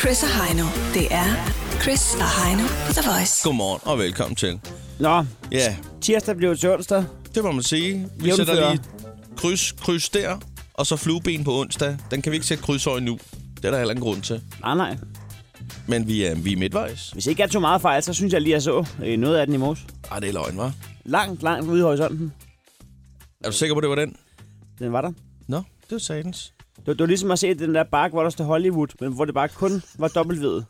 Chris og Heino. Det er Chris og Heino på The Voice. Godmorgen og velkommen til. Nå, Ja, tirsdag blev til onsdag. det må man sige. Vi Jævnfører. sætter lige kryds, kryds der, og så flueben på onsdag. Den kan vi ikke sætte kryds over endnu. Det er der heller ingen grund til. Nej, nej. Men vi er, vi er midtvejs. Hvis ikke jeg tog meget fejl, så synes jeg lige, jeg så øh, noget af den i morges. Ej, det er løgn, var. Langt, langt ude i horisonten. Er du sikker på, det var den? Den var der. Nå, det var satans. Det, var- det var ligesom at se den der bark, hvor der stod Hollywood, men hvor det bare kun var W'et. Giver det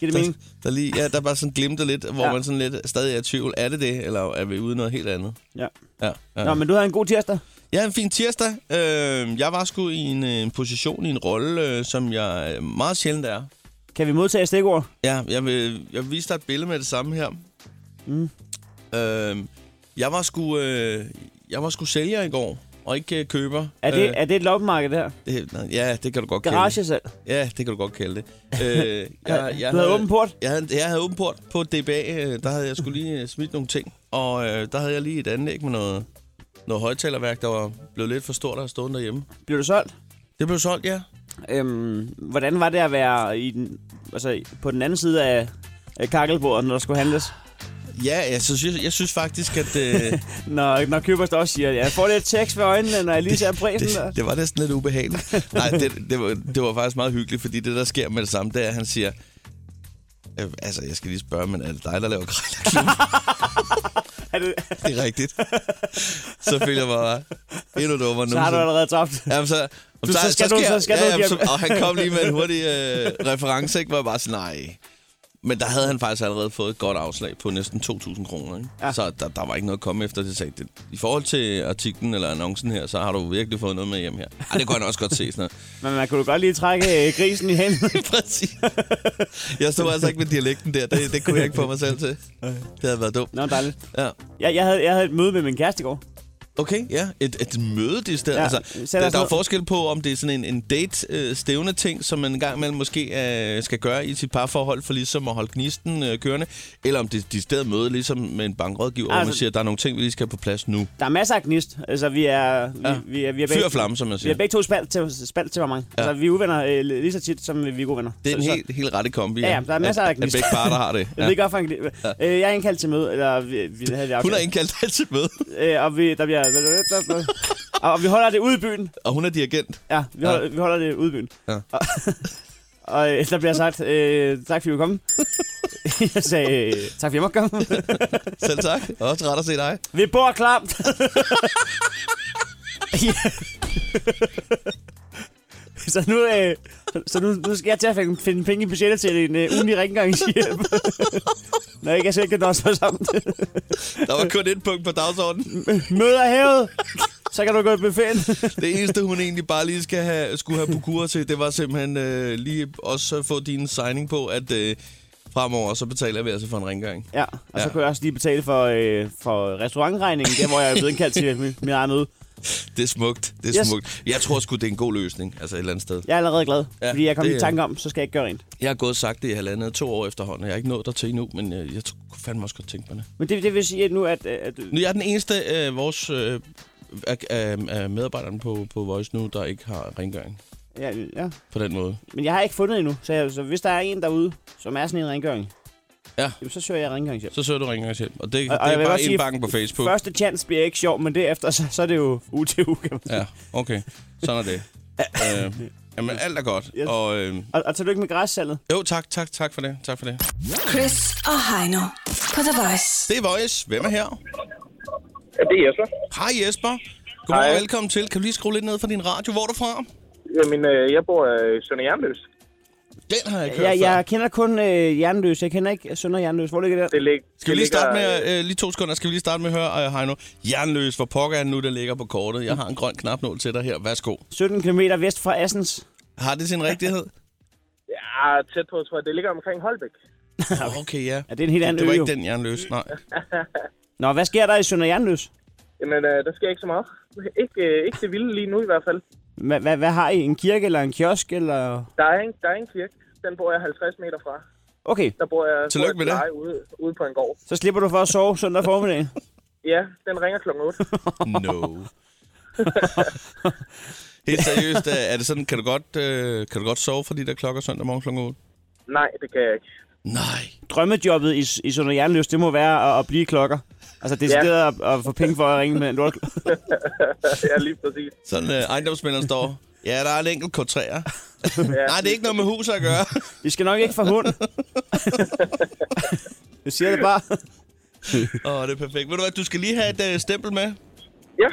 Der, mening? der, lige, ja, der bare sådan glimter lidt, hvor ja. Ja. man sådan lidt stadig er i tvivl. Er det det, eller er vi ude i noget helt andet? Ja. Ja, ja. Nå, men du havde en god tirsdag. Ja, en fin tirsdag. Øh, jeg var sgu i en, øh, en position, i en rolle, øh, som jeg øh, meget sjældent er. Kan vi modtage stikord? Ja, jeg vil, jeg vil vise dig et billede med det samme her. Mm. Øh, jeg var sgu øh, jeg var sgu sælger i går, og ikke øh, køber. Øh, Er det, er det et loppemarked der? det, nej, ja, det kan du godt kalde Garagesalg? det. Ja, det kan du godt kalde det. Øh, jeg, jeg Du havde åben port? Jeg havde, jeg havde åben port på DBA. øh, Der havde jeg skulle lige øh, smidt nogle ting. Og øh, der havde jeg lige et anlæg med noget, noget højtalerværk, der var blevet lidt for stort, der havde stået derhjemme. Blev du solgt? Det blev solgt, ja. Øhm, hvordan var det at være i den, altså, i- på den anden side af, af kakkelbordet, når der skulle handles? Ja, jeg synes, jeg, jeg synes faktisk, at øh, Når, når købers også siger, jeg får lidt tekst ved øjnene, når jeg lige ser prisen. der. det, det var næsten lidt ubehageligt. Nej, det, det, var, det var faktisk meget hyggeligt, fordi det, der sker med det samme, det er, at han siger... Øh, altså, jeg skal lige spørge, men er det dig, der laver krejlerklub? Er det, det er rigtigt. Så føler jeg mig bare endnu dummere nu. så har du allerede tabt. Jamen, så, Du, så skal du- så skal ja, du jamen, så, hjem. og han kom lige med en hurtig øh, reference, ikke? Hvor jeg bare sådan, nej. Men der havde han faktisk allerede fået et godt afslag på næsten 2.000 kroner. Ikke? Ja. Ja. Så der, der var ikke noget at komme efter. Det sagde, det, I forhold til artiklen eller annoncen her, så har du virkelig fået noget med hjem her. Ej, det kunne han også godt se. Sådan Men man kunne jo godt lige trække øh, grisen i hænden. noget. Præcis. Jeg stod altså ikke med dialekten der. Det, det kunne jeg ikke få mig selv til. Det havde været dumt. Nå, dejligt. Ja. Jeg, jeg, havde, jeg havde et møde med min kæreste i går. Okay, ja. Et, et møde, det sted. Ja, Ja, altså, sæt os der, der er ned. forskel på, om det er sådan en, en date-stævne ting, som man en gang imellem måske øh, skal gøre i sit parforhold, for ligesom at holde gnisten øh, kørende, eller om det er et sted møde, ligesom med en bankrådgiver, altså, hvor man Altså- siger, at der er nogle ting, vi lige skal have på plads nu. Der er masser af gnist. Altså, vi er, vi, Ja. ja. vi er, vi er Fyr og flamme, som man Vi er siger. begge to spalt til, spalt til mange. Ja. Ja. Altså, vi er uvenner øh, lige så tit, som vi er gode venner. Det er en Så- så- helt, helt rette kombi. Ja, ja, der er masser af at, at gnist. begge parter har det. Jeg Ja. ved ikke, hvorfor han kan lide- øh, Jeg er indkaldt til møde, eller vi, vi havde vi Hun har aftalt. indkaldt dig til møde, Øh, og vi, der bliver... Og, og vi holder det ude i byen. og hun er dirigent. Ja, vi holder, ja. Vi holder det ude i byen. Ja. Og, og øh, der bliver sagt, øh, tak fordi du kom. jeg sagde, øh, tak fordi jeg måtte komme. Selv tak. Og også ret at se dig. Vi bor klamt. Ja. så nu, øh, så nu, nu skal jeg til at finde, finde penge i budgettet til en øh, ugenlig rengøringshjælp. Når ikke jeg selv kan også sammen. Der var kun et punkt på dagsordenen. Møder hævet. Så kan du gå i buffeten. Det eneste, hun egentlig bare lige skal have, skulle have på kur til, det var simpelthen øh, lige også at få din signing på, at øh, fremover så betaler vi altså for en rengøring. ja, og ja. Ja. så kunne jeg også lige betale for, øh, for restaurantregningen, der hvor jeg er blevet indkaldt til min, min egen møde. Det er smukt. Det er yes. Yes. smukt. Jeg tror sgu, det er en god løsning, altså et eller andet sted. Jeg er allerede glad, Ja, ja, fordi jeg kom det i er- tanke om, så skal jeg ikke gøre rent. Jeg har gået og sagt det i halvandet to år efterhånden, og jeg har ikke nået der til endnu, men øh, jeg tror- kunne fandme også godt tænke på det. Men det, det vil sige at nu, at... øh, at Nu jeg er den eneste øh, vores øh, af, af, af medarbejderne på, på Voice nu, der ikke har rengøring ja, ja. på den måde. Men jeg har ikke fundet endnu, så, jeg, så hvis der er en derude, som er sådan en rengøring, Ja. jamen, så søger jeg rengøringshjælp. Så søger du rengøringshjælp, og det, Og- og det jeg er vil bare godt en sige, bank på Facebook. Første chance bliver ikke sjov, men derefter, så, så er det jo UTU, kan man sige. Ja, okay. Sådan er det. øh, jamen, alt er godt. Yes. Yes. Og, øh, Og, og tillykke med græssalget. jo, tak, tak, tak for det. Tak for det. Chris og Heino på The Voice. Det er Voice. Hvem er her? Ja, det er Jesper. Hej Jesper. Godmorgen Hej. og velkommen til. Kan du lige skrue lidt ned for din radio? Hvor er du fra? Jamen, øh, jeg bor øh, i Sønder Jernløs. Den har jeg kørt Jeg, før. jeg kender kun øh, Jernløs. Jeg kender ikke Sønder Jernløs. Hvor ligger det der? Det lig, Skal vi det lige starte ligger, med, øh, lige to sekunder, skal vi lige starte med at høre, øh, Heino, jernløs, hvor pokker er den nu, der ligger på kortet. Mm. Jeg har en grøn knapnål til dig her. Værsgo. 17 km vest fra Assens. Har det sin rigtighed? Ja, tæt på, tror jeg. Det ligger omkring Holbæk. Okay, ja. Ja, det er en helt anden Det var ø, ikke jo. den jernløs, nej. Nå, hvad sker der i Sønder Jernløs? Jamen, øh, der sker ikke så meget. Ikke, øh, ikke det vilde lige nu i hvert fald. Hva- hva- Hvad har I? En kirke eller en kiosk? Eller... Der er en, der er en kirke. Den bor jeg 50 meter fra. Okay, Der bor jeg, Tillykke bor med det. jeg til leje ude, ude på en gård. så slipper du for at sove søndag formiddag. Ja, den ringer klokken 8. No. Helt seriøst, er er det sådan, kan du godt, øh, kan du godt sove for de der klokker søndag morgen kl. 8? Nej, det kan jeg ikke. Nej. Drømmejobbet i, i Sønder Jernløs, det må være at, at blive klokker. Altså, det er ja. at, at, få penge for at ringe med en lortklokke. ja, lige præcis. Sådan øh, ejendomsmænderen står. Ja, der er en enkelt kontræer. Nej, det er ikke noget med hus at gøre. Vi skal nok ikke få hund. jeg siger det bare. Åh, oh, det er perfekt. Ved du hvad, du skal lige have et øh, stempel med. Ja, det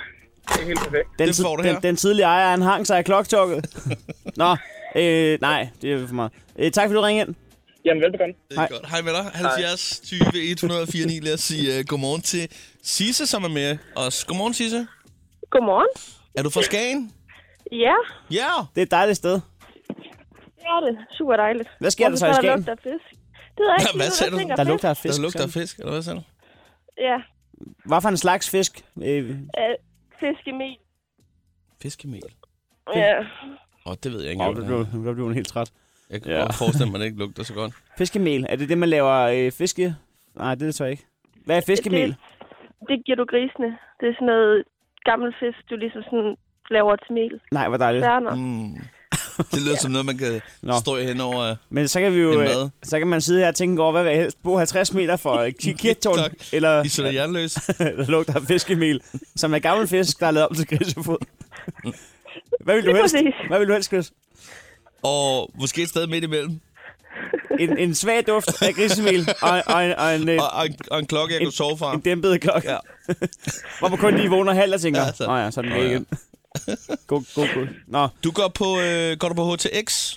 er helt perfekt. Den, Det får du den, her. den tidlige ejer, han hang sig i kloktokket. Nå, øh, nej, det er for meget. Øh, tak, fordi du ringede ind. Jamen, velbekomme. Det er Hej. godt. Hej med dig. 70 20 104 9. Lad os sige uh, godmorgen til Sisse, som er med os. Godmorgen, Sisse. Godmorgen. Er du fra Skagen? Ja, Ja. Det er et dejligt sted. det er det. Super dejligt. Hvad sker der Hvorfor så i Der Skagen? lugter af fisk. Det ved jeg ikke. Hvad lige, sagde du? tænker Der fisk. lugter af fisk. Der lugter af sådan. fisk, eller hvad sagde du? Ja, Hvad for en slags fisk? Øh, øh, fiskemel. Fiskemel. Ja. Åh, oh, det ved jeg ikke. åh, engang, der hvad det er. blev, der blev hun helt træt. Jeg kan Ja. godt forestille mig, at det ikke lugter så godt. Fiskemel, er det det, man laver øh, fiske? Nej, det er det så ikke. Hvad er fiskemel? Det, det giver du grisene. Det er sådan noget gammel fisk, du ligesom sådan laver til mel. Nej, hvor dejligt. Stærner. Mm. Det lyder som noget, man kan Nå. stå hen over. Men så kan vi jo, Det er øh, mad. så kan man sidde her og tænke over, hvad vil jeg helst bo 50 meter for øh, Ki- Tak. kirktårn, eller I sætter jernløs. der lugter af fiskemel, som er gammel fisk, der er lavet om til grisefod. Hvad vil du Lige helst? præcis. Hvad vil du helst, Chris? Og måske et sted midt imellem. En, en svag duft af grisemel og, og, en, og en, øh, Og, og, en, og en klokke, jeg En- kan sove fra. en dæmpet klokke. Ja. Ja. Hvor man kun lige vågner halv og tænker, Ja, så- ja, ja, så er den væk Ja. igen. God, god, god. Nå, Du går på, øh, går du på HTX?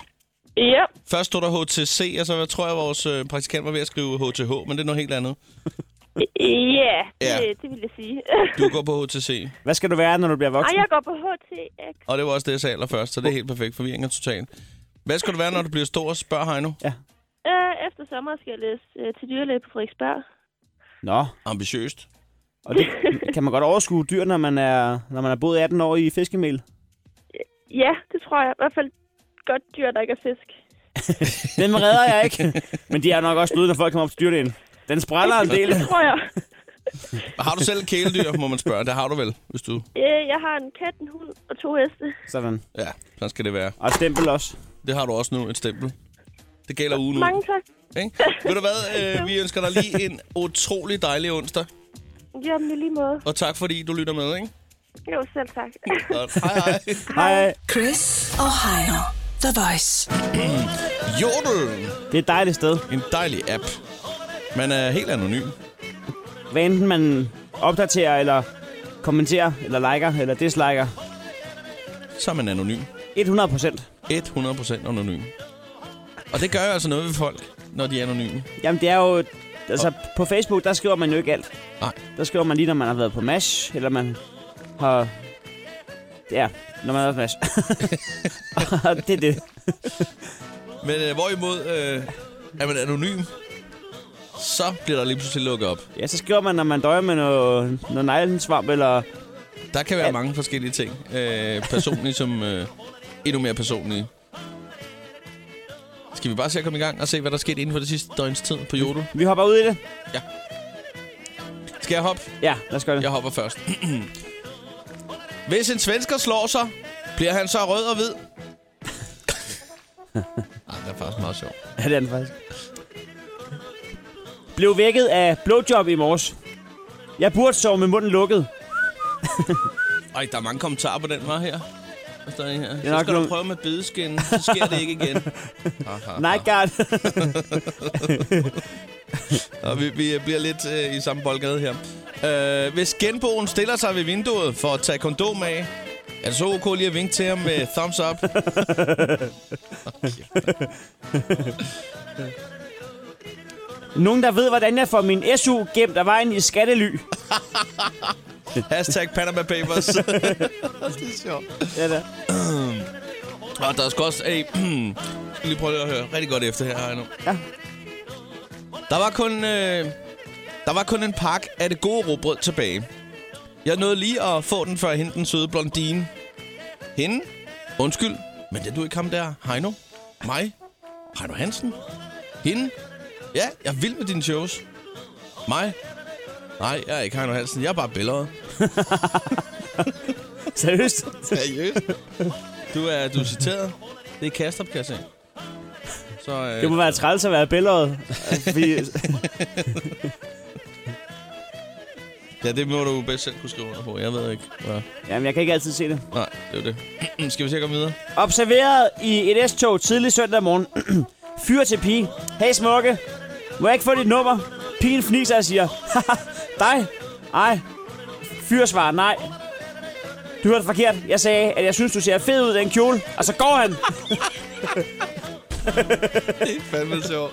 Ja, Først stod der HTC, og så jeg tror jeg, vores øh, praktikant var ved at skrive HTH, men det er noget helt andet. ja, Ja. det, det vil jeg sige. Du går på HTC. hvad skal du være, når du bliver Ej, voksen? jeg går på HTX. Og det var også det, jeg sagde allerførst, så det er helt perfekt. Forvirring er total. Hvad skal du være, når du bliver stor? Spørg Heino. Øh, efter sommer skal jeg læse øh, til dyrlæge på Frederiksberg. Nå, Ambitiøst. og det, kan man godt overskue dyr, når man er, når man er boet 18 år i fiskemel? Ja, det tror jeg. I hvert fald godt dyr, der ikke er fisk. Den redder jeg ikke. Men de er nok også bløde, når folk kommer op til dyrlægen. Den spræller en del. Det tror jeg. Har du selv kæledyr, må man spørge. Det har du vel, hvis du... Øh, jeg har en kat, en hund og to heste. Sådan. Ja, sådan skal det være. Og et stempel også. Det har du også nu, et stempel. Det gælder ugen ud. Mange tak. Ikke? Ved du hvad, øh, vi ønsker dig lige en utrolig dejlig onsdag. Jamen, i lige måde. Og tak fordi du lytter med, ikke? Jo, selv tak. Og, hej hej. Hej. Chris og Heino. The Voice. Jodel! Det er et dejligt sted. En dejlig app. Man er helt anonym. Hvad enten man opdaterer, eller kommenterer, eller liker, eller disliker. Så er man anonym. 100 procent. 100% anonym. Og det gør jo altså noget ved folk, når de er anonyme. Jamen, det er jo... Altså, på Facebook, der skriver man jo ikke alt. Nej. Der skriver man lige, når man har været på MASH, eller man har... Ja, når man har været på MASH. Og det er det. Men øh, hvorimod øh, er man anonym, så bliver der lige pludselig lukket op. Ja, så skriver man, når man døjer med noget, noget neglensvamp, eller... Der kan være Ja. mange forskellige ting. Øh, personlige som øh, endnu mere personlige. Skal vi bare se at komme i gang og se, hvad der er sket inden for det sidste døgns tid på Jodel? Vi hopper ud i det. Skal jeg hoppe? Ja, lad os gøre det. Jeg hopper først. Hvis en svensker slår sig, bliver han så rød og hvid? Ej, det er faktisk meget sjovt. Ja, det er den faktisk. Blev vækket af blowjob i morges. Jeg burde sove med munden lukket. Ej, der er mange kommentarer på den var her. Hvad står der her? Så nok skal du nogle- prøve med bideskin, så sker det ikke igen. Aha, Nej, guard. Og vi, vi bliver lidt øh, i samme boldgade her. Øh, hvis genboen stiller sig ved vinduet for at tage kondom af, er det så ok lige at vinke til ham med thumbs up? Nogen, der ved, hvordan jeg får min SU gemt af vejen i skattely. Hashtag Panama Papers. det er sjovt. Ja, da. Og der skal også... Hey, skal lige prøve lige at høre rigtig godt efter her, her nu. Ja. Der var kun... Øh, der var kun en pakke af det gode råbrød tilbage. Jeg nåede lige at få den før hende, den søde blondine. Hende? Undskyld, men det er du ikke ham der, Heino? Mig? Heino Hansen? Hende? Ja, jeg vil med dine shows. Mig? Nej, jeg er ikke Heino Hansen. Jeg er bare billeder. Seriøst. Seriøst? Du er, du er citeret. Det er Kastrup, kan jeg se. Så, øh, Det må være træls at være billeret. Fordi, Ja, det må du bedst selv kunne skrive under på. Jeg ved ikke. Ja. jamen, jeg kan ikke altid se det. Nej, det er jo det. Skal vi se at komme videre? Observeret i et S-tog tidlig søndag morgen. Fyr til pige. Hey smukke, må jeg ikke få dit nummer? Pigen fniser og siger, "Haha, dig? Ej. Fyr svarer, nej. Du hørte forkert. Jeg sagde, at jeg synes, du ser fed ud i den kjole. Og så går han. Det er fandme sjovt.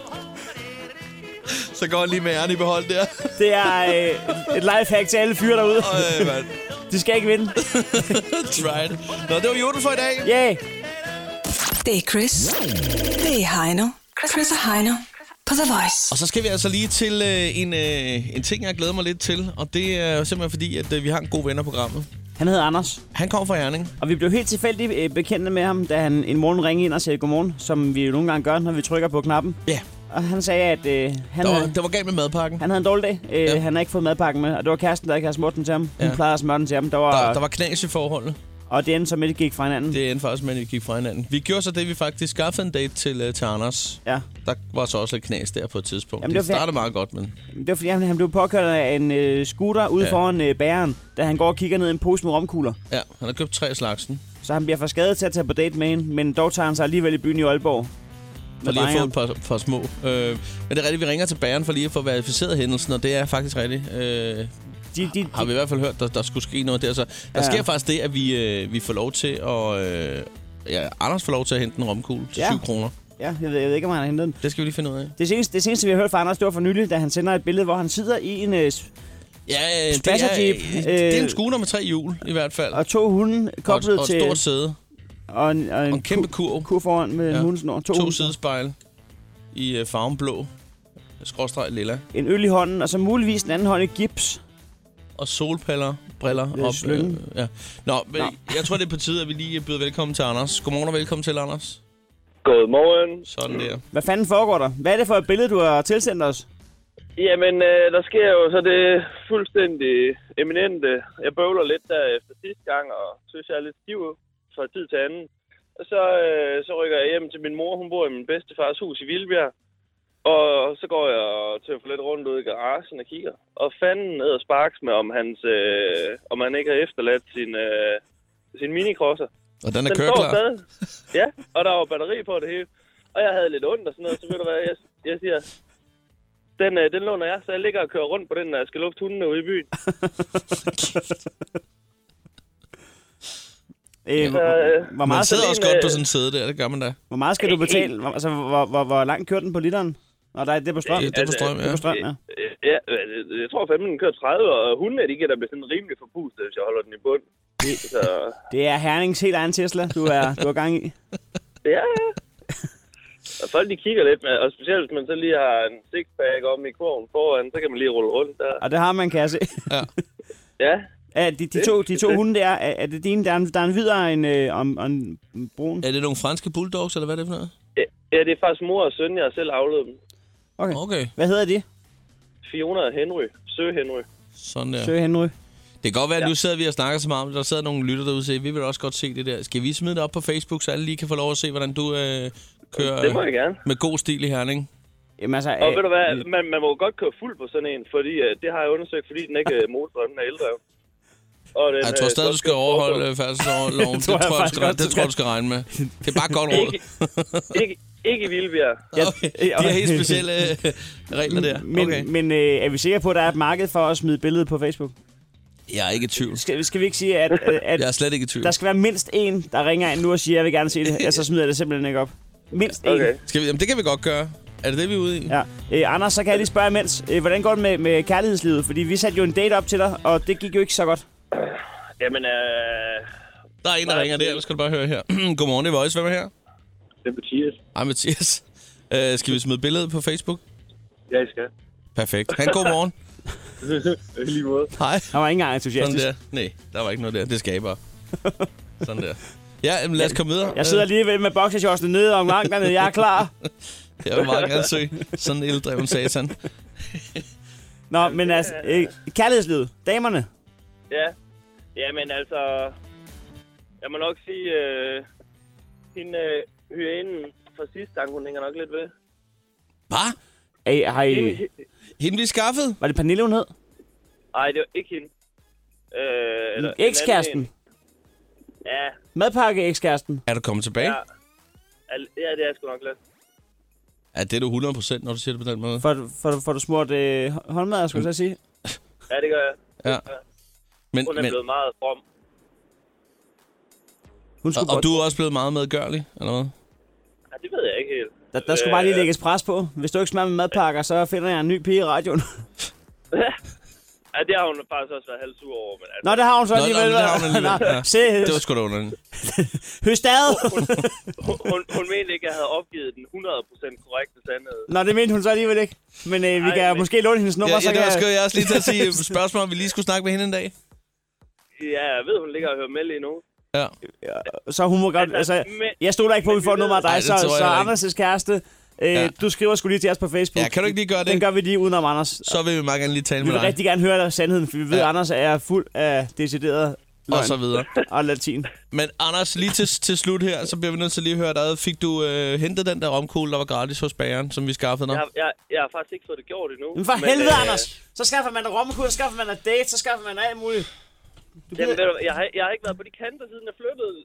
Så går han lige med æren i behold der. Det er øh, et lifehack til alle fyre derude. Øj, mand. De skal ikke vinde. Try it. Nå, det var jorden for i dag. Yeah. Det er Chris. Det er Heino. Chris og Heino på The Voice. Og så skal vi altså lige til øh, en, øh, en ting, jeg glæder mig lidt til. Og det er jo simpelthen fordi, at øh, vi har en god ven af programmet. Han hedder Anders. Han kommer fra Herning. Og vi blev helt tilfældigt øh, bekendte med ham, da han en morgen ringede ind og sagde godmorgen, som vi jo nogle gange gør, når vi trykker på knappen. Ja, Og han sagde, at øh, han, der var, havde, der var galt med madpakken. han havde en dårlig dag. Øh, Ja. Han har ikke fået madpakken med, og det var kæresten, der ikke havde smurt den til ham. Hun Ja. plejede at smøre den til ham, der var, Der, der var knas i forholdet. og det endte så med, at de gik fra hinanden. Det. Det endte faktisk med, at vi gik fra hinanden. Vi gjorde så det, vi faktisk skaffede en date til, øh, til Anders. Ja. Der var så også lidt knas der på et tidspunkt. Jamen, Jamen, det, det var fair. startede meget godt, men... Det var fordi, han, han blev påkørt af en øh, scooter ude ja. Ja. foran øh, bæren, da han går og kigger ned i en pose med romkugler. Ja, han har købt tre af slagsen. Så han bliver for skadet til at tage på date med hende, men dog tager han sig alligevel i byen i Aalborg. For Med lige at få drengene. et par, par små. Øh, men det er rigtigt, vi ringer til bæren for lige at få verificeret hændelsen, og det er faktisk rigtigt. Øh, de, de, har vi i hvert fald hørt, der, der skulle ske noget der. Så der Ja. ja. sker faktisk det, at vi, øh, vi får lov til at... Øh, ja, Anders får lov til at hente en romkugle til Ja. ja. 7 kroner. Ja, jeg ved, jeg ved ikke, om han har hentet den. Det skal vi lige finde ud af. Det seneste, det seneste, vi har hørt fra Anders, det var for nylig, da han sender et billede, hvor han sidder i en øh, s- Ja, øh, det Spasser er, Jeep, øh, det er øh, en scooter med tre hjul, i hvert fald. og to hunde og, koblet og et til... stort sæde. og en, og en, Og en kæmpe ku- kurv. kur foran med ja. Ja. en hundesnor. To, To hunde- sidespejl i øh, farven blå. Skråstreg lilla. En øl i hånden, og så muligvis den anden hånd i gips. Og solbriller briller Øh, op. slynge. ja. Nå, men Nå. jeg tror, det er på tide, at vi lige byder velkommen til Anders. Godmorgen og velkommen til, Anders. Godmorgen. Sådan der. Hvad fanden foregår der? Hvad er det for et billede, du har tilsendt os? Jamen, øh, der sker jo så det fuldstændig eminente. Jeg bøvler lidt der efter sidste gang, og synes, jeg er lidt stiv fra tid til anden. Og så, øh, så rykker jeg hjem til min mor. Hun bor i min bedstefars hus i Vildbjerg. Og så går jeg og tøffer lidt rundt ud i garagen og kigger. Og fanden ned og sparks med, om, hans, øh, om han ikke har efterladt sin, øh, sin minikrosser. Og den er Den står køreklar. stadig. Ja, og der var batteri på det hele. Og jeg havde lidt ondt og sådan noget, så ved du hvad, jeg, jeg siger, den, øh, den låner jeg, så jeg ligger og kører rundt på den, når jeg skal lufte hundene ude i byen. Øh, hvor, øh, hvor, Man meget, sidder sådan også en, godt på øh, sådan en sæde der, det gør man da. hvor meget skal du betale? Hvor, altså, hvor, hvor, hvor langt kørte den på literen? Og der, det er på strøm. Ja, det er på strøm, Det er ja. på strøm, ja. Øh, Ja, øh, jeg tror fandme, den kører 30, og hundene, de kan da blive sådan rimelig forpustet, hvis jeg holder den i bund. Så, Det er Hernings helt egen Tesla, du er, du er gang i. ja, ja. Og folk, de kigger lidt, med, og specielt hvis man så lige har en sixpack om i kurven foran, så kan man lige rulle rundt der. Og det har man, kan jeg se. Ja, Ja, de, de, to, de Øh, to hunde der, er, er det dine? Der er en, der er en hvid og en, øh, og en, og en brun. Er det nogle franske bulldogs, eller hvad er det for noget? ja, det er faktisk mor og søn, jeg har selv afledt dem. Okay. Okay, Hvad hedder de? Fiona og Henry, Sø Henry. sådan der. Sø Henry. Det kan godt være, at nu sidder vi og snakker så meget om det. Der sidder nogle lytter derude og siger, vi vil også godt se det der. Skal vi smide det op på Facebook, så alle lige kan få lov at se, hvordan du øh, kører Det må øh, jeg gerne. med god stil i Herning? Jamen altså, Og øh, ved du hvad, man, man må jo godt køre fuld på sådan en, fordi øh, det har jeg undersøgt, fordi den ikke øh, motoren den er eldrevet. Og den, Jeg tror øh, stadig, du skal overholde øh, færdselsloven. det tror tror jeg, du jeg faktisk skal, godt, du det tror jeg, skal. du skal regne med. Det er bare et godt råd. ikke, ikke, ikke i Vildbjerg. Okay. De har helt specielle øh, regler der. men Okay. men øh, er vi sikre på, at der er et marked for at smide billedet på Facebook? Jeg er ikke i tvivl. Skal, skal vi ikke sige, at, øh, at Jeg er slet ikke i tvivl. der skal være mindst en, der ringer ind nu og siger, at jeg vil gerne se det? Ja, så smider jeg det simpelthen ikke op. Mindst en. Okay. Okay. Skal vi, jamen, det kan vi godt gøre. Er det det, vi er ude i? Ja. Øh, Anders, så kan jeg lige spørge imens, øh, hvordan går det med, med kærlighedslivet? Fordi vi satte jo en date op til dig, og det gik jo ikke så godt. Jamen, øh, Der er en, der ringer der. Nu skal du bare høre her. Godmorgen, det er Voice. Hvem er her? det er Mathias. Hej, Mathias. Øh, skal vi smide billedet på Facebook? Ja, I skal. Perfekt. Han, godmorgen. I lige måde. Hej. Han var ikke engang Sådan entusiastisk. der. Nej, der var ikke noget der. Det skaber. Sådan der. Ja, jamen, lad os komme videre. Jeg sidder alligevel med boxershortsene nede om langt dernede. Jeg er klar. Øh, Jeg vil meget gerne søge sådan en eldreven satan. Nå, men altså, øh, kærlighedslivet. Damerne. Ja. Jamen, altså, jeg må nok sige, øh, hende, øh, hyænen fra sidste gang, hun hænger nok lidt ved. Hvad? Hey, har I... Hende vi skaffede? Var det Pernille, hun hed? Nej, det var ikke hende. Øh, eller en Ekskæresten. anden en. Ja, Madpakke ekskæresten. Er du kommet tilbage? ja. Al- Ja, det er sgu nok lidt. Ja, det er du 100%, når du siger det på den måde. Får, du- får, du- får du smurt øh, hå- håndmad, skulle jeg så sige? Ja, det gør jeg. Ja. Men, Hun er men, blevet meget from. Hun skulle og, og godt- du er også blevet meget medgørlig, eller hvad? Ja, det ved jeg ikke helt. Der, der skulle bare lige lægges pres på. Hvis du ikke smager med madpakker, så finder jeg en ny pige i radioen. Ja, det har hun faktisk også været halvt sur over, men altså, Nå, det har hun så Nå, alligevel. nå, det har hun alligevel, Nå, ja. Se, Det var sgu da underligt. høstad. hun, hun, hun mente ikke, at jeg havde opgivet den 100% korrekte sandhed. Nå, det mente hun så alligevel ikke. Men øh, vi Nej, kan men- måske låne hendes nummer, Ja, så ja, det var kan sgu jeg også lige til at sige spørgsmål, om vi lige skulle snakke med hende en dag. Ja, jeg ved, hun ligger og hører med lige nu. Ja. Så hun må godt... Altså, Altså, men- jeg stoler ikke på, at vi men får et vi ved- nummer af dig, Ej, det så, tror jeg så heller ikke. Anders' kæreste... Øh, Ja. Du skriver skulle lige til os på Facebook. Ja, kan du ikke lige gøre det? Den gør vi lige udenom Anders. Så vil vi meget gerne lige tale Vi med vil dig. rigtig gerne høre dig sandheden, for vi ved, at Ja. Anders er fuld af decideret løgn Og så videre. og latin. Men Anders, lige til, til slut her, så bliver vi nødt til lige at høre dig. ad. Fik du øh, hentet den der romkugle, der var gratis hos bageren, som vi skaffede Jeg dig? har, jeg, jeg har faktisk ikke fået det gjort endnu. Men for helvede, øh, Anders! Så skaffer man dig rommekul, så skaffer man dig date, så skaffer man dig alt muligt. Jamen, ved du, hvad, jeg, har, jeg har ikke været på de kanter, siden jeg flyttede.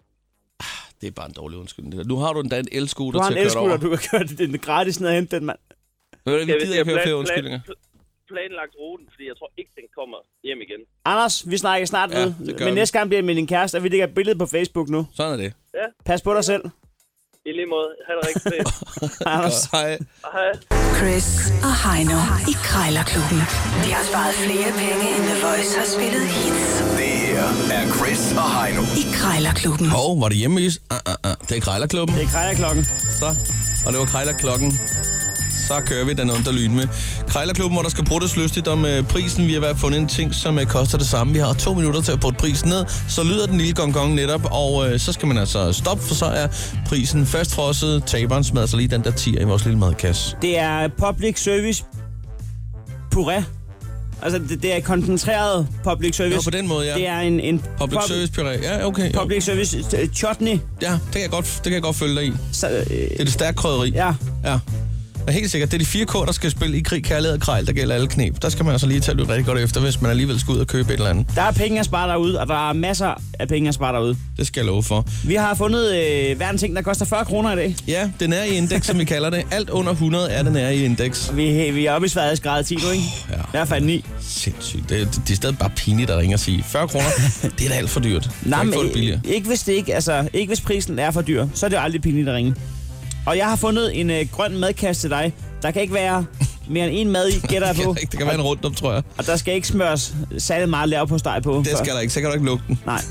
Det er bare en dårlig undskyldning. det der. Nu har du endda en Du elscooter har til at køre en dig elskuler, over. du kan køre den gratis ned og hente den, mand. Ved du hvad, Jeg- Vi gider ikke høre jeg plan- flere plan- undskyldninger. pl- planlagt ruten, fordi jeg tror ikke, den kommer hjem igen. Anders, vi snakker snart Ja, ved. det gør Men vi. næste gang bliver jeg med din kæreste, og vi lægger et billede på Facebook nu. Sådan er det. Pas på dig selv, I lige måde, have det rigtig fedt. Anders. Godt. Hej. Hej. Chris og Heino i Krejlerklubben. De har sparet flere penge, end The Voice har spillet hits Det her er Chris og Heino. i Krejlerklubben. Hov, var det hjemme i... Ah, ah, ah. Det er Krejlerklubben. Det er Krejlerklokken. Så, og det var Krejlerklokken. Så kører vi den under lyn med. Krejlerklubben, hvor der skal bruges lystigt om øh, prisen. Vi har været fundet en ting, som øh, koster det samme. Vi har to minutter til at putte prisen ned. Så lyder den lille gong, gong netop, og øh, så skal man altså stoppe, for så er prisen fastfrosset. Taberen smadrer så lige den der tier i vores lille madkasse. Det er public service puré. Altså, det, det er koncentreret public service. Nå, på den måde, ja. Det er en, en Public pub- service puré. Ja, okay. Jo. Public service øh, chutney. Ja, det kan, jeg godt, det kan jeg godt følge dig i. Det Så, øh, er det stærke krydderi. ja, Ja. Og helt sikkert, det er de fire kår, der skal spille i krig, kærlighed og krejl, der gælder alle knep. Der skal man altså lige tage lidt rigtig godt efter, hvis man alligevel skal ud og købe et eller andet. der er penge at spare derude, og der er masser af penge at spare derude. Det skal jeg love for. Vi har fundet øh, hver en ting, der koster 40 kroner i dag. Ja, det nære i indeks, som vi kalder det. Alt under 100 er det nære i indeks. Vi, vi er oppe i Sverigesgrad 10 nu, ikke? ja. I hvert fald 9. Sindssygt. Det, det, det er stadig bare pinligt at ringe og sige 40 kroner. det er da alt for dyrt. Du kan ikke få det billigere. øh, ikke hvis, det ikke, altså, ikke hvis prisen er for dyr, så er det jo aldrig pinligt at ringe. Og jeg har fundet en øh, grøn madkasse til dig. Der kan ikke være mere end en mad i, gætter jeg Det på. kan, ikke- det kan være en rundt om, tror jeg. Og der skal ikke smøres særlig meget lav på steg på. Det skal der ikke. Så kan du ikke lugte den. Nej.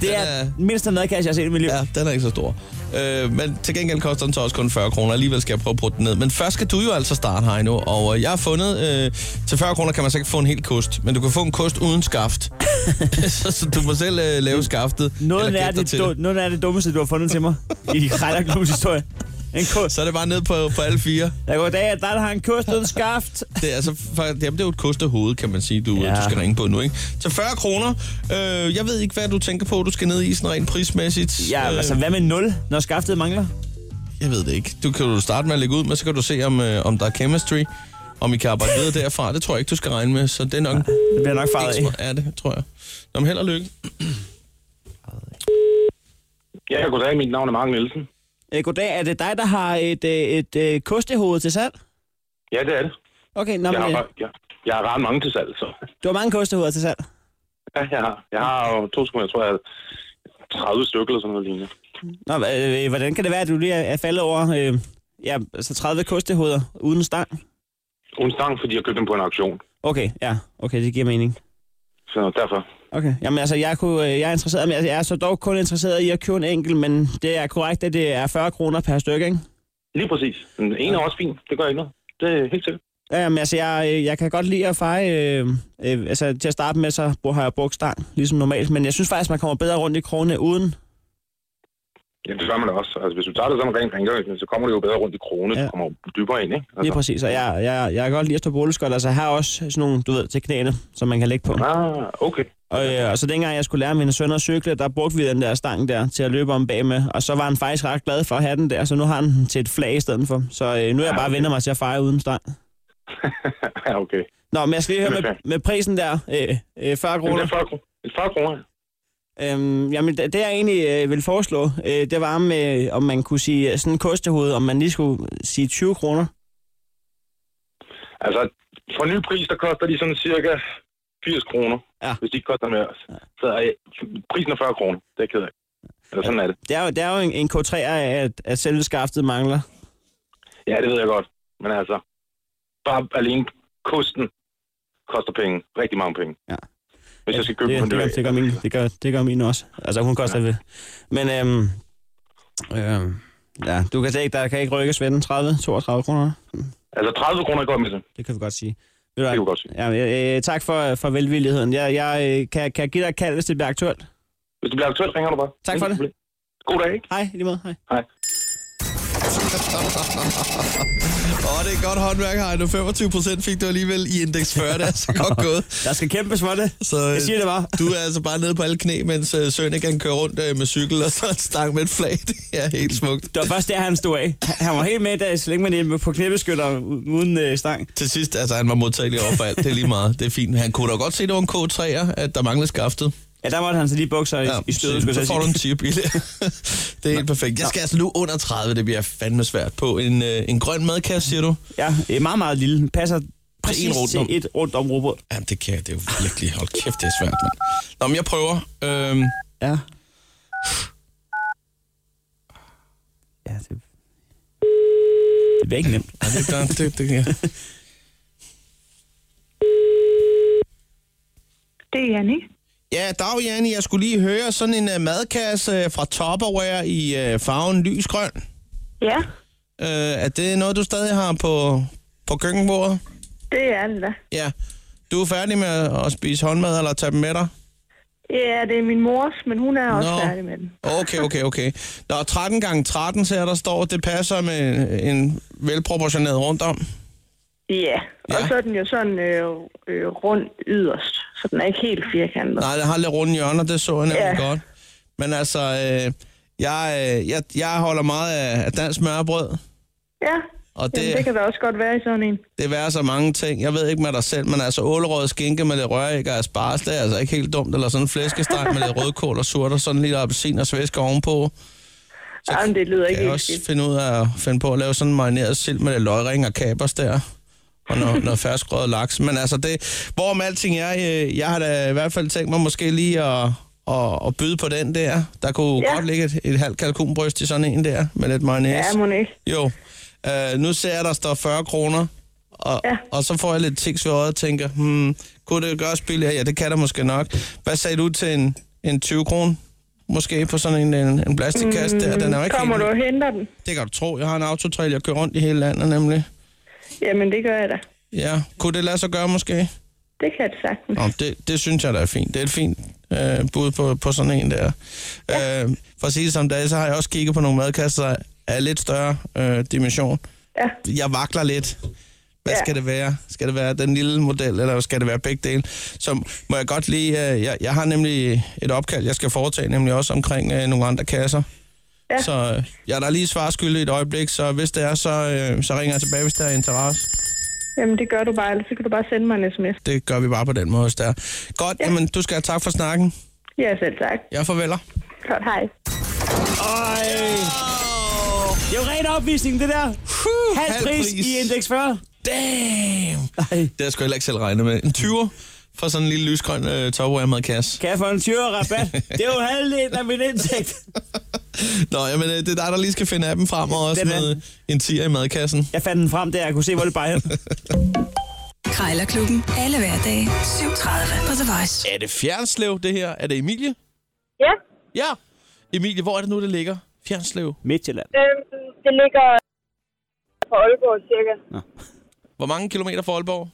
Det er Den den mindste madkasse, jeg har set i mit liv. Ja, den er ikke så stor. Øh, men til gengæld koster den så også kun 40 kroner. Alligevel skal jeg prøve at putte den ned. Men først skal du jo altså starte, Heino. Og øh, jeg har fundet... Øh, til 40 kroner kan man så ikke få en hel kost. Men du kan få en kost uden skaft. så, så du må selv øh, lave skaftet. Noget eller er, gætte dig det, til du, noget er det dummeste, du har fundet til mig i Krejlerklubbens historie. En kost. Så er det bare ned på, på alle fire. Der går dag, at der har en kost uden skaft. Det er, altså, for, jamen, det er jo et koste hoved, kan man sige, du, Ja. ja. du skal ringe på nu, ikke? Så 40 kroner. Øh, jeg ved ikke, hvad du tænker på, du skal ned i sådan rent prismæssigt. Ja, øh, altså hvad med 0, når skaftet mangler? Jeg ved det ikke. Du kan jo starte med at lægge ud, men så kan du se, om, øh, om der er chemistry. Om I kan arbejde videre derfra. Det tror jeg ikke, du skal regne med. Så det er nok Det bliver nok farvet af. ikke er det, tror jeg. Nå, men held og lykke. Ja, goddag. Mit navn er Mark Nielsen. Øh, Goddag, er det dig, der har et, øh, et, et kostehoved til salg? Ja, det er det. Okay, nå, Jeg men, har, øh, ret- jeg, jeg har ret mange til salg, så. du har mange kostehoveder til salg. Ja, jeg har. Jeg har jo to sekunder, jeg tror, jeg har 30 stykker eller sådan noget lignende. Nå, hva- øh, hvordan kan det være, at du lige er, er faldet over øh, ja, altså 30 kostehoveder uden stang? Uden stang, fordi jeg købte dem på en auktion. Okay, ja, okay, det giver mening. Så derfor. Okay, jamen altså, jeg, kunne, øh, jeg er interesseret, men altså, jeg er så dog kun interesseret i at købe en enkelt, men det er korrekt, at det er 40 kroner per stykke, ikke? Lige præcis. Den ene er også fin. Det gør ikke noget. Det er helt sikkert. Ja, Jamen altså, jeg, øh, jeg kan godt lide at feje, øh, øh, altså til at starte med, så brug- har jeg brugt stang, ligesom normalt, men jeg synes faktisk, man kommer bedre rundt i krogene uden. Ja, det gør man da også. Altså, hvis du tager det sådan rent rengøring, så kommer det jo bedre rundt i krone. Ja. Ja. Du kommer jo dybere ind, ikke? Altså, Lige præcis, og jeg, jeg, jeg kan godt lide at stå boligskot, altså jeg har også sådan nogle, du ved, til knæene, som man kan lægge på. Ah, okay. Og, øh, og så dengang jeg skulle lære mine sønner at cykle, der brugte vi den der stang der til at løbe om bag med. Og så var han faktisk ret glad for at have den der, så nu har han den til et flag i stedet for. Så øh, nu er jeg bare vendt mig til at fejre uden stang. ja, okay. Nå, men jeg skal lige høre Jamen, med, fair. med prisen der, øh, øh, 40 Jamen, det kroner. er 40 kroner. Det er 40 kroner. Øhm, jamen, det, det jeg egentlig øh, ville foreslå, øh, det var, om, øh, om man kunne sige øh, sådan en kostehoved, om man lige skulle sige 20 kroner. Altså, for ny pris, der koster de sådan cirka 80 kroner. Ja. Hvis de ikke koster mere. Så øh, prisen er 40 kroner. Det er jeg ked af. Eller sådan er det. Det er jo, det er jo en, en K3'er, at, at selve skaftet mangler. Ja, det ved jeg godt. Men altså, bare alene kosten koster penge. Rigtig mange penge. Ja. Hvis jeg skal købe det, den det, gør, det, gør min, det, gør, det gør min også. Altså, hun koster ja. ved. Men øhm, øhm, ja, du kan slet ikke, der kan ikke rykkes ved den 30, 32 kroner. Altså 30 kroner går med det. Det kan vi godt sige. Ved du Det hvad? kan vi godt sige. Ja, men, øh, tak for, for velvilligheden. Jeg, jeg øh, kan, kan jeg give dig et kald, hvis det bliver aktuelt. Hvis det bliver aktuelt, ringer du bare. Tak for Ingen det. problem. God dag, ikke? Hej, i lige måde. Hej. Hej. Åh, det er godt håndværk, Heino. 25 procent fik du alligevel i indeks 40. Det er så godt gået. Der skal kæmpes for det. Så, øh, Jeg siger det bare. Du er altså bare nede på alle knæ, mens øh, Sønne kan køre rundt øh, med cykel og så en stang med et flag. Det er helt smukt. Det var først der, han stod af. Han var helt med, da jeg slængte mig ned på knæbeskytter uden øh, stang. Til sidst, altså han var modtagelig overfor alt. Det er lige meget. Det er fint. Han kunne da godt se, det var en K3'er, at der manglede skaftet. Ja, der måtte han så lige bukser ja, i stødet, skulle så jeg får du en sige. tip i det. det er helt perfekt. Jeg skal altså nu under 30, det bliver fandme svært på. En, øh, en grøn madkasse, siger du? Ja, øh, meget, meget lille. Den Passer præcis rundt til om. et rundt om robot. Jamen, det kan jeg. Det er jo virkelig... Hold kæft, det er svært, mand. Nå, men jeg prøver. Øhm, Ja. Ja, det... Det bliver ikke nemt. ja, det, der, det, det, ja. Det er Janni. ja, dag, Janne. Jeg skulle lige høre sådan en uh, madkasse øh, fra Tupperware i uh, farven lysgrøn. Ja, Uh, er det noget, du stadig har på, på køkkenbordet? det er det da. Ja. Du er færdig med at at spise håndmad eller tage dem med dig? Ja, det er min mors, men hun er også Nå. færdig med den. Okay, okay, okay. Nå, 13 gange 13 ser jeg, der står, det passer med en velproportioneret rundt om. Ja, og Ja. så er den jo sådan øh, øh, rund yderst, så den er ikke helt firkantet. Nej, det har lidt runde hjørner, det så jeg nemlig Ja. godt. Men altså, øh, jeg, øh, jeg, jeg holder meget af af dansk smørbrød, Ja, og det, Jamen, det kan da også godt være i sådan en. det værer så mange ting. Jeg ved ikke med dig selv, men altså ålerød skinke med lidt røræg og asparges, det er altså ikke helt dumt. Eller sådan en flæskesteg med lidt rødkål og surt, og sådan lidt appelsin og svæske ovenpå. Så Jamen, det lyder Jeg ikke kan helt også skidt. finde ud af at finde på at lave sådan en marineret sild med lidt løgring og kapers der. Og noget, noget ferskrøget laks. Men altså, det, hvorom alting er, øh, jeg har da i hvert fald tænkt mig måske lige at, at, at byde på den der. Der kunne ja. Ja. godt ligge et, et halvt kalkunbryst i sådan en der, med lidt mayonnaise. Ja, må den ikke. Jo. Øh, nu ser jeg, der står 40 kroner, og, ja. Ja. og så får jeg lidt tiks ved øjet og tænker, hmm, kunne det gøres billigere? Ja, det kan der måske nok. Hvad sagde du til en, en 20 kroner? Måske på sådan en, en, en plastikkasse der. Den er jo ikke Mm, Kommer helt... du og henter den? Det kan du tro. Jeg har en autotrail, jeg kører rundt i hele landet nemlig. Jamen, det gør jeg da. Ja, kunne det lade sig gøre måske? Det kan jeg da sagtens. Nå, det, det synes jeg, der er fint. Det er et fint øh, bud på, på sådan en der. Ja. Øh, for at sige det som det er, så har jeg også kigget på nogle madkasser af lidt større øh, dimension. Ja. Jeg vakler lidt. Hvad ja. Ja. skal det være? Skal det være den lille model, eller skal det være begge dele? Så må jeg godt lige... Øh, jeg, jeg har nemlig et opkald, jeg skal foretage, nemlig også omkring øh, nogle andre kasser. Ja. Så øh, jeg er da lige svarskyldig et øjeblik, så hvis det er, så, øh, så ringer jeg tilbage, hvis der er interesse. Jamen, det gør du bare, eller så kan du bare sende mig en sms. Det gør vi bare på den måde, hvis det er. Godt, ja. jamen, du skal have tak for snakken. Ja, selv tak. Jeg farveler. Godt, hej. Ej. Det er jo ren opvisning, det der. Halv halv pris pris. i indeks 40. Damn! Ej. Det har jeg sgu heller ikke selv regnet med. En 20'er for sådan en lille lysgrøn øh, topware-madkasse. Kan jeg få en 20'er rabat? Det er jo halvdelen af min indtægt. Nå, jamen, øh, det er dig, der lige skal finde appen frem, og også Den er- med øh, en 10'er i madkassen. Jeg fandt den frem der, jeg kunne se, hvor det bare hen. Krejlerklubben. Alle hverdage. 7.30 på The Voice. Er det Fjernslev, det her? Er det Emilie? Ja, Ja! Emilie, hvor er det nu, det ligger? Fjernslev. Midtjylland. øhm, det ligger på Aalborg cirka. Hvor mange kilometer fra Aalborg?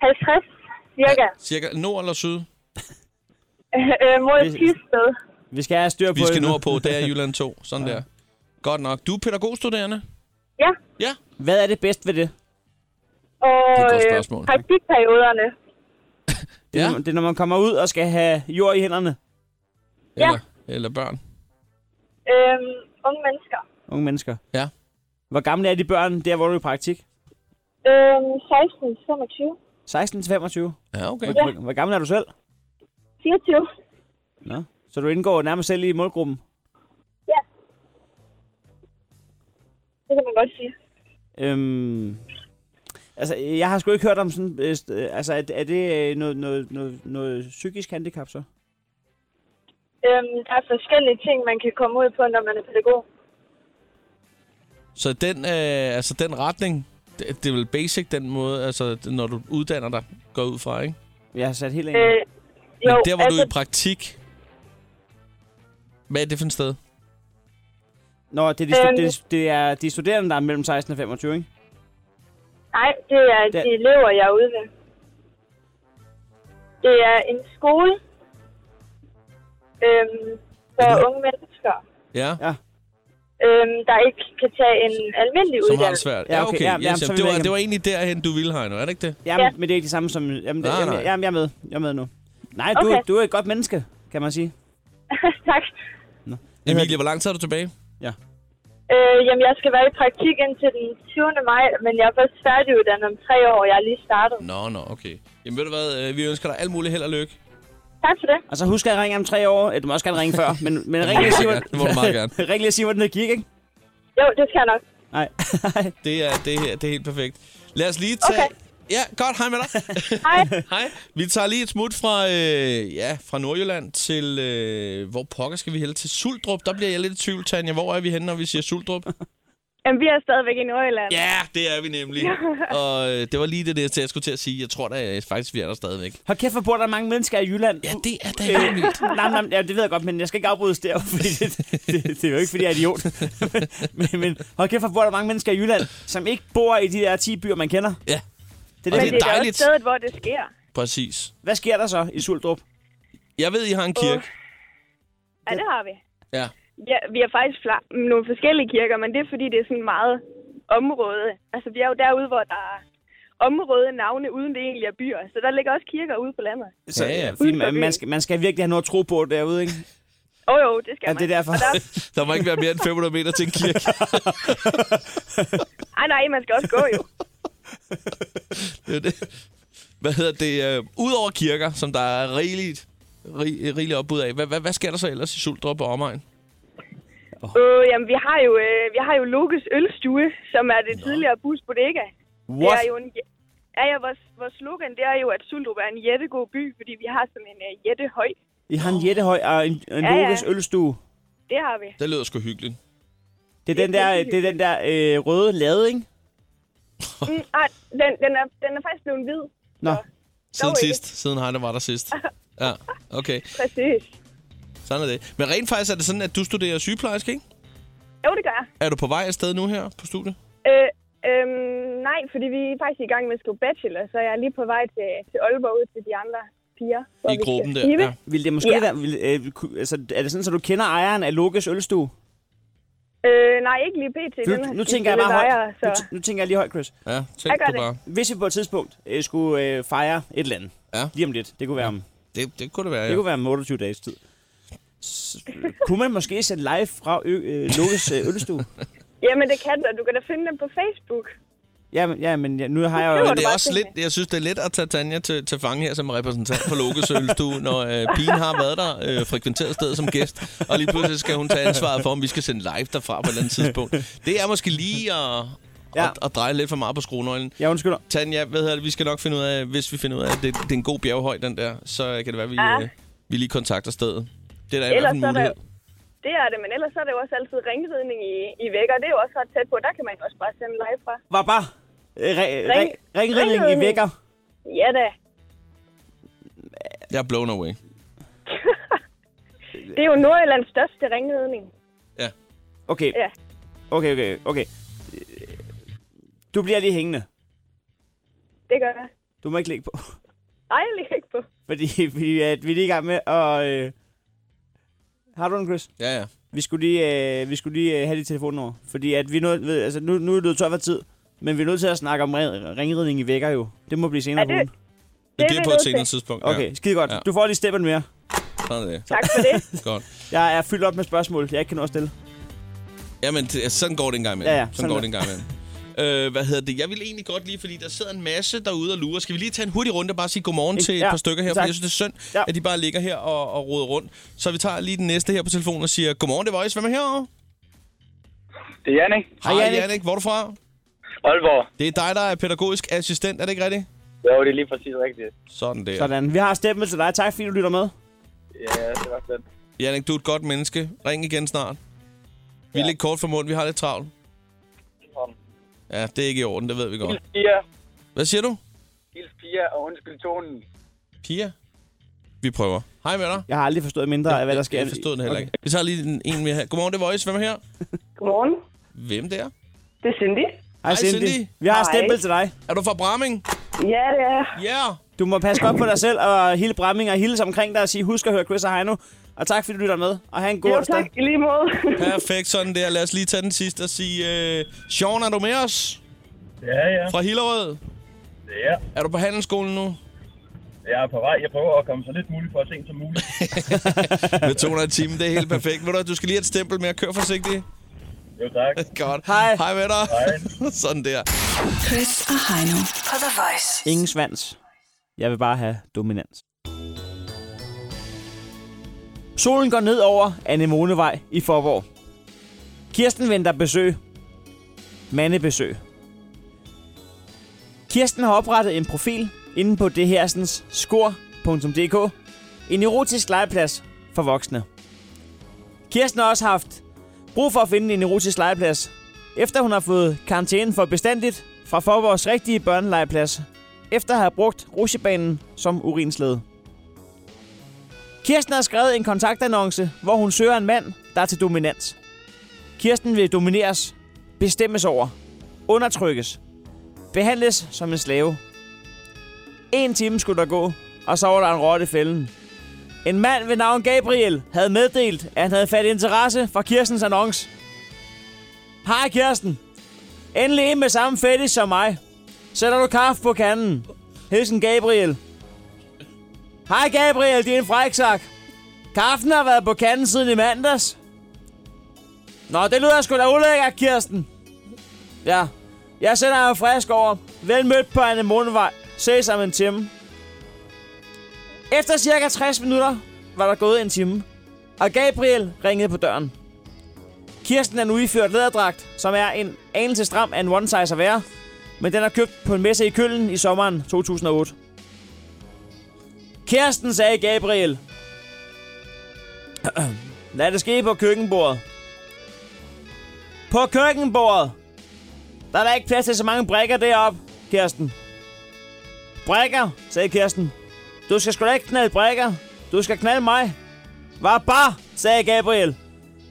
50 cirka. Cirka nord eller syd? Øh, mod Hvis- Tisted. Vi skal have styr på... Vi skal nordpå, det er Jylland 2. Sådan der. Godt nok. Du er pædagogstuderende? Ja, Ja. Hvad er det bedst ved det? og Det er et godt øh, spørgsmål. praktikperioderne. Det, er, Ja. når- det er, når man kommer ud og skal have jord i hænderne. Eller, eller børn. Øhm, unge mennesker. Unge mennesker. Ja. Hvor gamle er de børn, der hvor du er i praktik? Øhm, 16, 25, 16 til 25. Ja, okay. Hvor, hvor gammel er du selv? 24. Nå. Så du indgår nærmest selv i målgruppen. Det kan man godt sige. Øhm, altså, jeg har sgu ikke hørt om sådan... Øh, st- øh, altså, er, er det øh, noget, noget, noget, noget psykisk handicap, så? Øhm, der er forskellige ting, man kan komme ud på, når man er pædagog. Så den, øh, altså den retning, det, det er vel basic den måde, altså det- når du uddanner dig, går ud fra, ikke? Jeg har sat helt ind. Øh, Mm. Men jo, der, hvor altså... altså, du er i praktik, hvad er det for et sted? Nå, det er, de stu- øhm. det, er, det er de studerende, der er mellem 16 og 25, ikke? nej, det er Der- de elever, jeg er ude ved. Det er en skole øhm, for Er det- unge mennesker, Ja, øhm, der ikke kan tage en almindelig som har det uddannelse. svært. Ja, okay. yes, Ja, jamen, jamen, så vil det, jeg var, ikke- det var egentlig derhen, du ville, Heino, er det ikke det? Jamen, Ja. men det er ikke det samme som... Jamen, det, Nej, jamen, nej. jamen jeg er med. Jeg er med nu. Nej, du, Okay. du er et godt menneske, kan man sige. tak. Emilie, hvor lang tid er du tilbage? Øh, jamen, jeg skal være i praktik indtil den 20. maj, men jeg er først færdiguddannet om tre år, og jeg er lige startet. Nå, nå, okay. Jamen ved du hvad, øh, vi ønsker dig alt muligt held og lykke. Tak for det. Og så Altså, husk at ringe om tre år. Eh, Du må også gerne ringe før, men, men ring lige og sige, Ja, det må du meget gerne. ring lige og sige, hvordan det gik, ikke? Jo, det skal jeg nok. Nej. Det er, det, her, det er helt perfekt. Lad os lige tage... Okay. Ja, godt. Hej med dig. Hej. Hej. Vi tager lige et smut fra, øh, ja, fra Nordjylland til... Øh, hvor pokker skal vi hælde? Til Suldrup. Der bliver jeg lidt i tvivl, Tanja. Hvor er vi henne, når vi siger Suldrup? Jamen, vi er stadigvæk i Nordjylland. ja, det er vi nemlig. Og øh, det var lige det, næste, jeg skulle til at sige. Jeg tror da øh, faktisk, vi er der stadigvæk. Hold kæft, hvor bor der mange mennesker i Jylland. Ja, det er da helt vildt. nej, nej, ja, det ved jeg godt, men jeg skal ikke afbrydes der, fordi det, det, det er jo ikke, fordi jeg er idiot. men, men hold kæft, hvor bor der mange mennesker i Jylland, som ikke bor i de der 10 byer, man kender. Ja, Det Og er Men det det det. er da også dejligt. stedet, hvor det sker. præcis. Hvad sker der så i Suldrup? Jeg ved, I har en kirke. Ja, det har vi. Ja. Ja, vi har faktisk fla- nogle forskellige kirker, men det er fordi, det er sådan meget område. Altså, vi er jo derude, hvor der er område navne, uden det egentlig er byer. Så der ligger også kirker ude på landet. Så, Ja, ja. Altså, Fordi man, man, skal, man skal virkelig have noget at tro på derude, ikke? Åh oh, jo, det skal Ja, man. det er derfor. Og Der, Der må ikke være mere end 500 meter til en kirke. ej nej, man skal også gå jo. Det er det. Hvad hedder det? Øh, Udover kirker, som der er rigeligt, rig, rigeligt opbud af. Hvad, hvad, hvad sker der så ellers i Suldrup og omegn? Øh, jamen, vi har jo, øh, vi har jo Lokes ølstue, som er det tidligere bus bodega. Det What? er jo en... Ja, ja, vores, vores slogan, det er jo, at Suldrup er en jættegod by, fordi vi har sådan en uh, jættehøj. I har en Jettehøj og en, en Ja, ja. Lokes ølstue. Det har vi. Det lyder sgu hyggeligt. Det er den der, det er den der øh, røde lade, ikke? Mm, ah, den, den, er, den er faktisk blevet hvid. Nå, Siden Dog ikke. sidst. Siden Heine var der sidst. Ja, okay. Præcis. Sådan er det. Men rent faktisk er det sådan, at du studerer sygeplejerske, ikke? Jo, det gør jeg. Er du på vej afsted nu her på studiet? Øh, øhm, nej, fordi vi er faktisk i gang med at skrive bachelor, så jeg er lige på vej til, til Aalborg ud til de andre piger. hvor I vi skal gruppen der. skrive. Ja. vil det måske Ja. være... Vil, øh, ku- altså, er det sådan, så du kender ejeren af Lokes ølstue? Øh, nej, ikke lige pt. Den Nu, her nu skide tænker jeg bare lille højt. lejer, Nu, så... t- nu tænker jeg lige højt, Chris. Ja, tænk Jeg gør du det. bare. Hvis vi på et tidspunkt øh, skulle øh, fejre et eller andet, Ja. lige om lidt, det kunne være om, Det, det kunne det være, det ja. kunne være om 28 dages tid, S- kunne man måske sende live fra ø- øh, Lukkes øh, ølstue? Jamen, det kan du. Du kan da finde dem på Facebook. Ja, men, ja, men ja, nu har jeg jo... Det var Men det er bare også lidt, tænke. jeg synes, det er lidt at tage Tanja til, til fange her som repræsentant for Lokes Ølstue, når øh, pigen har været der, øh, frekventeret stedet som gæst, og lige pludselig skal hun tage ansvaret for, om vi skal sende live derfra på et eller andet tidspunkt. Det er måske lige at, ja. Ja. at, at dreje lidt for meget på skruenøglen. Ja, undskylder. Tanja, hvad hedder det? Vi skal nok finde ud af, hvis vi finder ud af, at det, det er en god bjerghøj, den der, så kan det være, at vi, Ja. øh, vi lige kontakter stedet. Det er da i hvert Ellers fald en så er der, mulighed. det er det, men ellers så er det jo også altid ringridning i, i væk, og det er jo også ret tæt på. Der kan man jo også bare sende live fra. Var bare øh, re- Ring- re- ringridning i ringridning. vækker. Ja da. Jeg er blown away. Det er jo Nordjyllands største ringridning. Okay. Ja. Okay, okay, okay. Øh, Du bliver lige hængende. Det gør jeg. Du må ikke ligge på. Ej, jeg ligger ikke på. Fordi, fordi at vi er lige i gang med at... Øh... Har du en, Chris? Ja, ja. Vi skulle lige, øh, vi skulle lige øh, have dit telefonnummer, fordi at vi er nødt, ved, altså nu, nu er det tør for tid, men vi er nødt til at snakke om re- ringridning i vækker jo. Det må blive senere Er på det- ugen. Det bliver vi på et nødt senere til. tidspunkt. Okay, skide godt. Ja. Du får lige steppen mere. Sådan er det. Tak for det. Godt. Jeg er fyldt op med spørgsmål, jeg ikke kan nå at stille. Jamen, det- altså, sådan går det engang imellem. Ja, ja, sådan, sådan går er det engang imellem. Øh, hvad hedder det? Jeg vil egentlig godt lige, fordi der sidder en masse derude og lurer. Skal vi lige tage en hurtig runde og bare sige godmorgen til et Ja, par stykker her? tak. For jeg synes, det er synd, Ja. ja. at de bare ligger her og, og roder rundt. Så vi tager lige den næste her på telefonen og siger, godmorgen, det er Voice. Hvem er herovre? Det er Janne. Hej, Jannik. Jannik. Hvor er du fra? Aalborg. Det er dig, der er pædagogisk assistent. Er det ikke rigtigt? Jo, det er lige præcis rigtigt. Sådan der. Sådan. Sådan. Vi har steppen til dig. Tak fordi du lytter med. Ja, det var sådan. Jannik, du er et godt menneske. Ring igen snart. Vi er lidt kort for mund. Vi har lidt travlt. Ja, det er ikke i orden. Det ved vi godt. Pia. Hvad siger du? Hils Pia, og undskyld tonen. Pia? Vi prøver. Hej med dig. Jeg har aldrig forstået mindre af, hvad der sker. Jeg forstod den heller ikke. Vi tager lige en, en mere her. Godmorgen, det er Voice. Hvem er her? Godmorgen. Hvem der? Det er Cindy. Hej, Hej, Cindy. Cindy. Vi har Hej. stempel til dig. Er du fra Bramming? Ja, det er jeg. Ja! Yeah. Du må passe godt på dig selv og hele Bramming og hilse omkring dig og sige, husk at høre Chris og Heino. Og tak fordi du lytter med. Og have en god Jo, onsdag. tak. I lige måde. Perfekt, sådan der. Lad os lige tage den sidste og sige... Øh, Sean, er du med os? Ja, ja. Fra Hillerød? Ja, Er du på handelsskolen nu? jeg er på vej. Jeg prøver at komme så lidt muligt for at sent som muligt. Med 200 timer, det er helt perfekt. Ved du, hvad, du skal lige have et stempel med at køre forsigtigt. Jo, tak. Godt. Hej. Hej med dig. Hej. sådan der. Chris og Heino på The Voice. Ingen svans. Jeg vil bare have dominans. Solen går ned over Anemonevej i Forborg. Kirsten venter besøg. Mandebesøg. Kirsten har oprettet en profil inde på det hersens skor.dk. En erotisk legeplads for voksne. Kirsten har også haft brug for at finde en erotisk legeplads, efter hun har fået karantæne for bestandigt fra Forborgs rigtige børnelegeplads efter at have brugt rusjebanen som urinsled. Kirsten har skrevet en kontaktannonce, hvor hun søger en mand, der er til dominans. Kirsten vil domineres, bestemmes over, undertrykkes, behandles som en slave. En time skulle der gå, og så var der en rotte i fælden. En mand ved navn Gabriel havde meddelt, at han havde fat interesse for Kirstens annonce. Hej Kirsten. Endelig en med samme fetish som mig. Sætter du kaffe på kanden? Hilsen Gabriel. Hej Gabriel, din fræksak. Kaffen har været på kanden siden i mandags. Nå, det lyder sgu da ulækkert, Kirsten. Ja, jeg sender ham frisk over. Vel mødt på Anne Månevej. Ses om en time. Efter cirka 60 minutter var der gået en time, og Gabriel ringede på døren. Kirsten er nu iført læderdragt, som er en anelse stram af en one-size at være, men den er købt på en messe i Køln i sommeren 2008. Kirsten, sagde Gabriel. Lad det ske på køkkenbordet. På køkkenbordet! Der er da ikke plads til så mange brækker deroppe, Kirsten. Brækker, sagde Kirsten. Du skal sgu da ikke knalde brækker. Du skal knalde mig. Var bare, sagde Gabriel.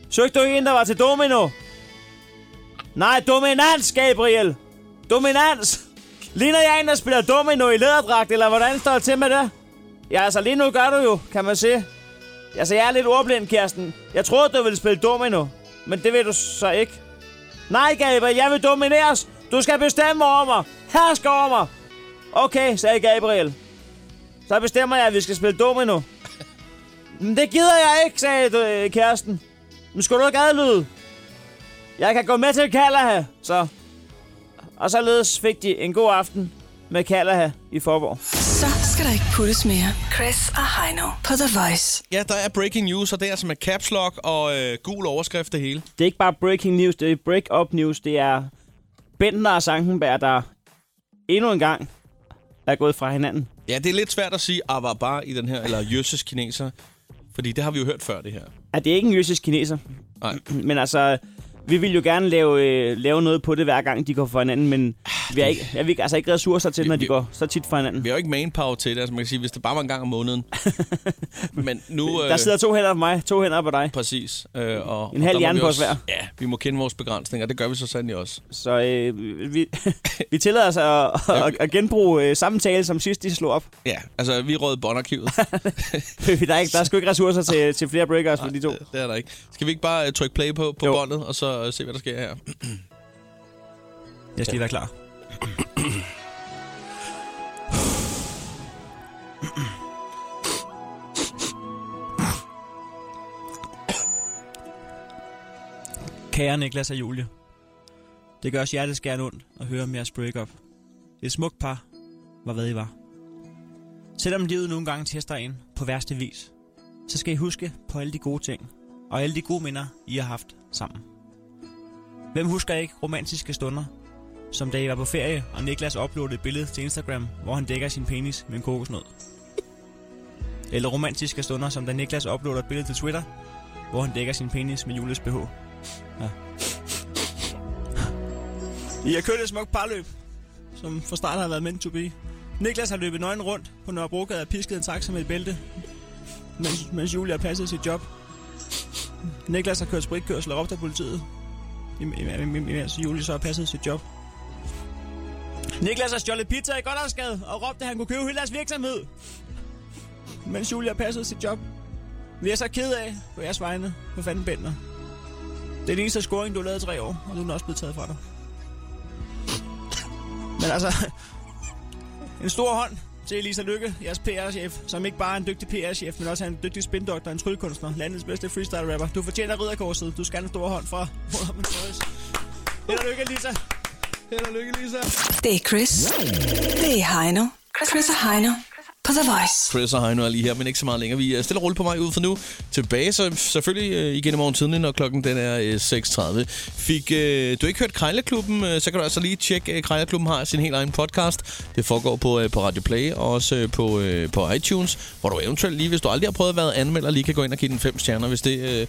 Søgte du en, der var til domino? Nej, dominans, Gabriel. Dominans! Ligner jeg en, der spiller domino i læderdragt, eller hvordan står det til med det? Ja, altså lige nu gør du jo, kan man se. Altså, jeg er lidt ordblind, Kirsten. Jeg troede, du ville spille domino, men det vil du så ikke. Nej, Gabriel, jeg vil domineres. Du skal bestemme over mig. Hersk over mig. Okay, sagde Gabriel. Så bestemmer jeg, at vi skal spille domino. Men det gider jeg ikke, sagde øh, Kirsten. Men skulle du ikke adlyde? Jeg kan gå med til Kalaha, så. Og således fik de en god aften med Kalaha i Forborg. Så skal der ikke puttes mere. Chris og Heino på The Voice. Ja, der er breaking news, og det er altså med caps lock og øh, gul overskrift det hele. Det er ikke bare breaking news, det er break-up news. Det er Bentner og Sankenberg, der endnu en gang er gået fra hinanden. Ja, det er lidt svært at sige Avaba i den her, eller Jøsses kineser. Fordi det har vi jo hørt før, det her. Er det er ikke en jøsisk kineser? Nej. Men altså, vi vil jo gerne lave, øh, lave noget på det, hver gang de går fra hinanden, men vi har ikke, ja, vi har altså ikke ressourcer til, når de vi- går så tit fra hinanden. Vi har jo ikke manpower til det, altså man kan sige, hvis det bare var en gang om måneden. Men nu... øh, Der sidder to hænder på mig, to hænder på dig. Præcis. Øh, og, en og halv der må hjerne vi på også- os hver. Ja, vi må kende vores begrænsninger, det gør vi så sandelig også. Så øh, vi, vi tillader os at, at, at genbruge øh, samme tale, som sidst de slog op. Ja, altså vi råd båndarkivet. der, er ikke, der er sgu ikke ressourcer til, til flere breakers for de to. Øh, det er der ikke. Skal vi ikke bare øh, trykke play på, på Jo. båndet, og så øh, se, hvad der sker her? Jeg skal lige være klar. Kære Niklas og Julie. Det gør os hjerteskærende ondt at høre om jeres breakup. Et smukt par var hvad I var. Selvom livet nogle gange tester en på værste vis, så skal I huske på alle de gode ting og alle de gode minder, I har haft sammen. Hvem husker ikke romantiske stunder, som da I var på ferie, og Niklas uploadede et billede til Instagram, hvor han dækker sin penis med en kokosnød? Eller romantiske stunder, som da Niklas uploader et billede til Twitter, hvor han dækker sin penis med Julies BH. Ja. I har kørt et smukt parløb, som fra starten har været meant to be. Niklas har løbet nøgen rundt på Nørrebrogade og pisket en taxa med et bælte, mens, mens Julie har passet sit job. Niklas har kørt spritkørsel og råbt af politiet, im- im- im- im- imens Julie så har passet sit job. Niklas har stjålet pizza i Goddersgade og råbte, at han kunne købe hele deres virksomhed, mens Julie har passet sit job. Vi er så ked af på jeres vegne, for fanden bænder. Det er den eneste scoring, du har lavet i tre år, og nu er den også blevet taget fra dig. Men altså, en stor hånd til Elisa Lykke, jeres PR-chef, som ikke bare er en dygtig PR-chef, men også er en dygtig spindoktor og en tryllekunstner, landets bedste freestyle-rapper. Du fortjener ridderkorset. Du skal have en stor hånd fra Robin Boys. Held og lykke, Elisa. Held og lykke, Elisa. Det er Chris. Det er Heino. Chris og Heino på The Voice. Chris og Heino er lige her, men ikke så meget længere. Vi er stille og roligt på vej ud for nu. Tilbage så selvfølgelig øh, igen i morgen tidlig, når klokken den er øh, 6.30. Fik øh, du ikke hørt Krejlerklubben, øh, så kan du altså lige tjekke. Øh, Krejlerklubben har sin helt egen podcast. Det foregår på, øh, på Radio Play og også øh, på, øh, på iTunes, hvor du eventuelt lige, hvis du aldrig har prøvet at være anmelder, lige kan gå ind og give den fem stjerner, hvis det øh,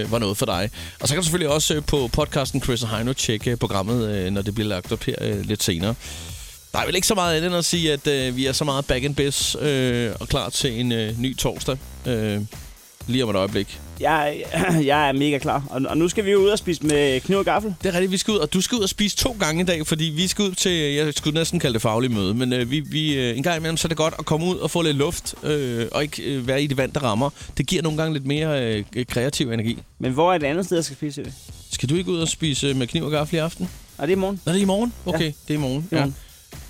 øh, var noget for dig. Og så kan du selvfølgelig også øh, på podcasten Chris og Heino tjekke øh, programmet, øh, når det bliver lagt op her øh, lidt senere. Der er vel ikke så meget andet end at sige, at øh, vi er så meget back in biz øh, og klar til en øh, ny torsdag. Øh, lige om et øjeblik. Jeg, jeg er mega klar, og, og nu skal vi jo ud og spise med kniv og gaffel. Det er rigtigt, vi skal ud, og du skal ud og spise to gange i dag, fordi vi skal ud til, jeg skulle næsten kalde det faglig møde, men øh, vi, vi, øh, en gang imellem, så er det godt at komme ud og få lidt luft, øh, og ikke øh, være i det vand, der rammer. Det giver nogle gange lidt mere øh, kreativ energi. Men hvor er det andet sted, jeg skal spise det? Skal du ikke ud og spise øh, med kniv og gaffel i aften? Og det er i morgen. Nå, det er i morgen? Okay, Ja. ja. det er i morgen. i Ja. morgen.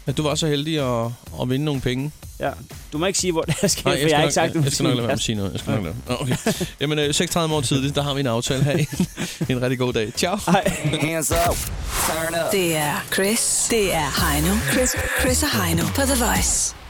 Ja, du var så heldig at, at vinde nogle penge. Ja. Du må ikke sige, hvor det er, skal, Nej, for jeg, har ikke sagt nok, det. jeg skal nok lade være med at sige noget. Jeg skal nok lade være. Nå, Okay. Jamen, øh, 36 år tidligt, der har vi en aftale her. en rigtig god dag. Ciao. Hands up. Turn up. Det er Chris. Det er Heino. Chris, Chris og Heino på The Voice.